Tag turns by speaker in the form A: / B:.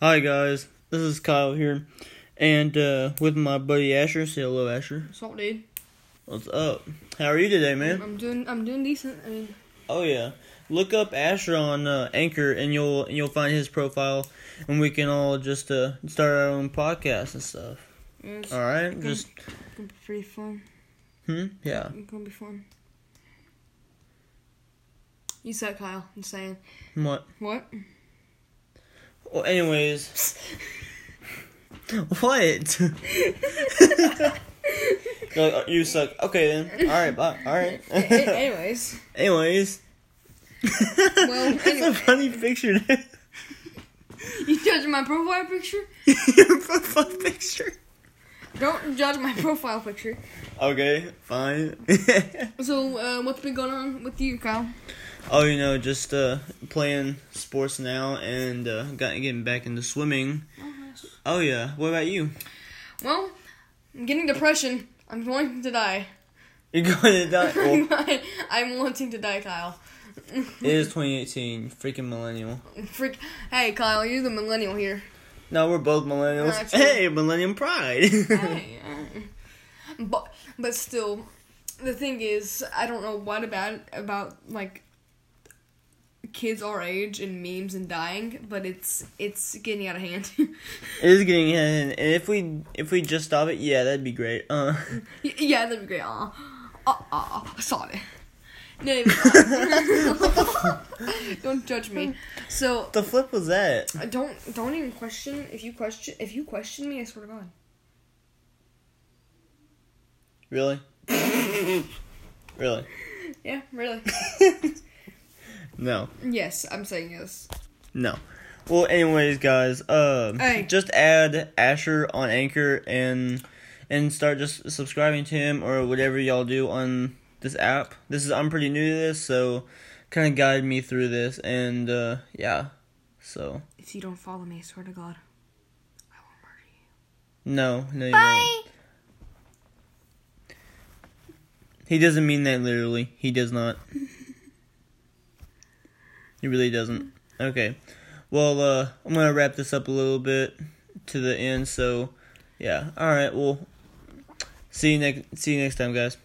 A: Hi guys, this is Kyle here, and uh, with my buddy Asher. Say hello, Asher.
B: What's up, dude?
A: What's up? How are you today, man?
B: I'm doing I'm doing decent. I mean,
A: Oh yeah, look up Asher on uh, Anchor, and you'll and you'll find his profile, and we can all just uh, start our own podcast and stuff.
B: it's
A: All right,
B: gonna,
A: just
B: gonna be pretty fun.
A: hmm, yeah.
B: It's gonna be fun. You said Kyle. I'm saying
A: What?
B: what?
A: Well, anyways, what? You're like, "Oh, you suck. Okay then. All right, bye. All
B: A- a-
A: right.
B: anyways,
A: anyways.
B: Well,
A: that's a
B: anyway.
A: funny picture. dude.
B: you judging my profile picture?
A: Your profile picture.
B: Don't judge my profile picture.
A: Okay, fine.
B: So, uh, what's been going on with you, Kyle?
A: oh, you know, just uh, playing sports now and uh, got getting back into swimming. Oh yeah. What about you?
B: Well, I'm getting depression. I'm wanting to die.
A: You're going to die. Well,
B: I'm wanting to die, Kyle.
A: it is 2018. Freaking millennial.
B: Freak. Hey, Kyle, you're the millennial here.
A: No, we're both millennials.
B: That's true.
A: hey, Millennium Pride.
B: Hey, alright. but but still, the thing is, I don't know what about about like kids our age and memes and dying, but it's it's getting out of hand.
A: It is getting in, and if we if we just stop it, yeah, that'd be great. Uh,
B: Y- yeah, that'd be great. Aw, aw, aw, I saw it. Uh, No, even- don't judge me. So
A: the flip was that?
B: don't don't even question. If you question if you question me, I swear to God.
A: Really? really?
B: Yeah, really.
A: No,
B: yes, I'm saying yes.
A: no. Well, anyways, guys, um,
B: Hey.
A: just add Asher on Anchor and and start just subscribing to him or whatever y'all do on this app. This is I'm pretty new to this, so kind of guide me through this, and uh, yeah. So
B: If you don't follow me, I swear to God, I will murder you.
A: no, no, you Bye. won't. He doesn't mean that literally. He does not. he really doesn't. Okay. Well, uh, I'm gonna wrap this up a little bit to the end. So, yeah. All right. Well, see you next. See you next time, guys.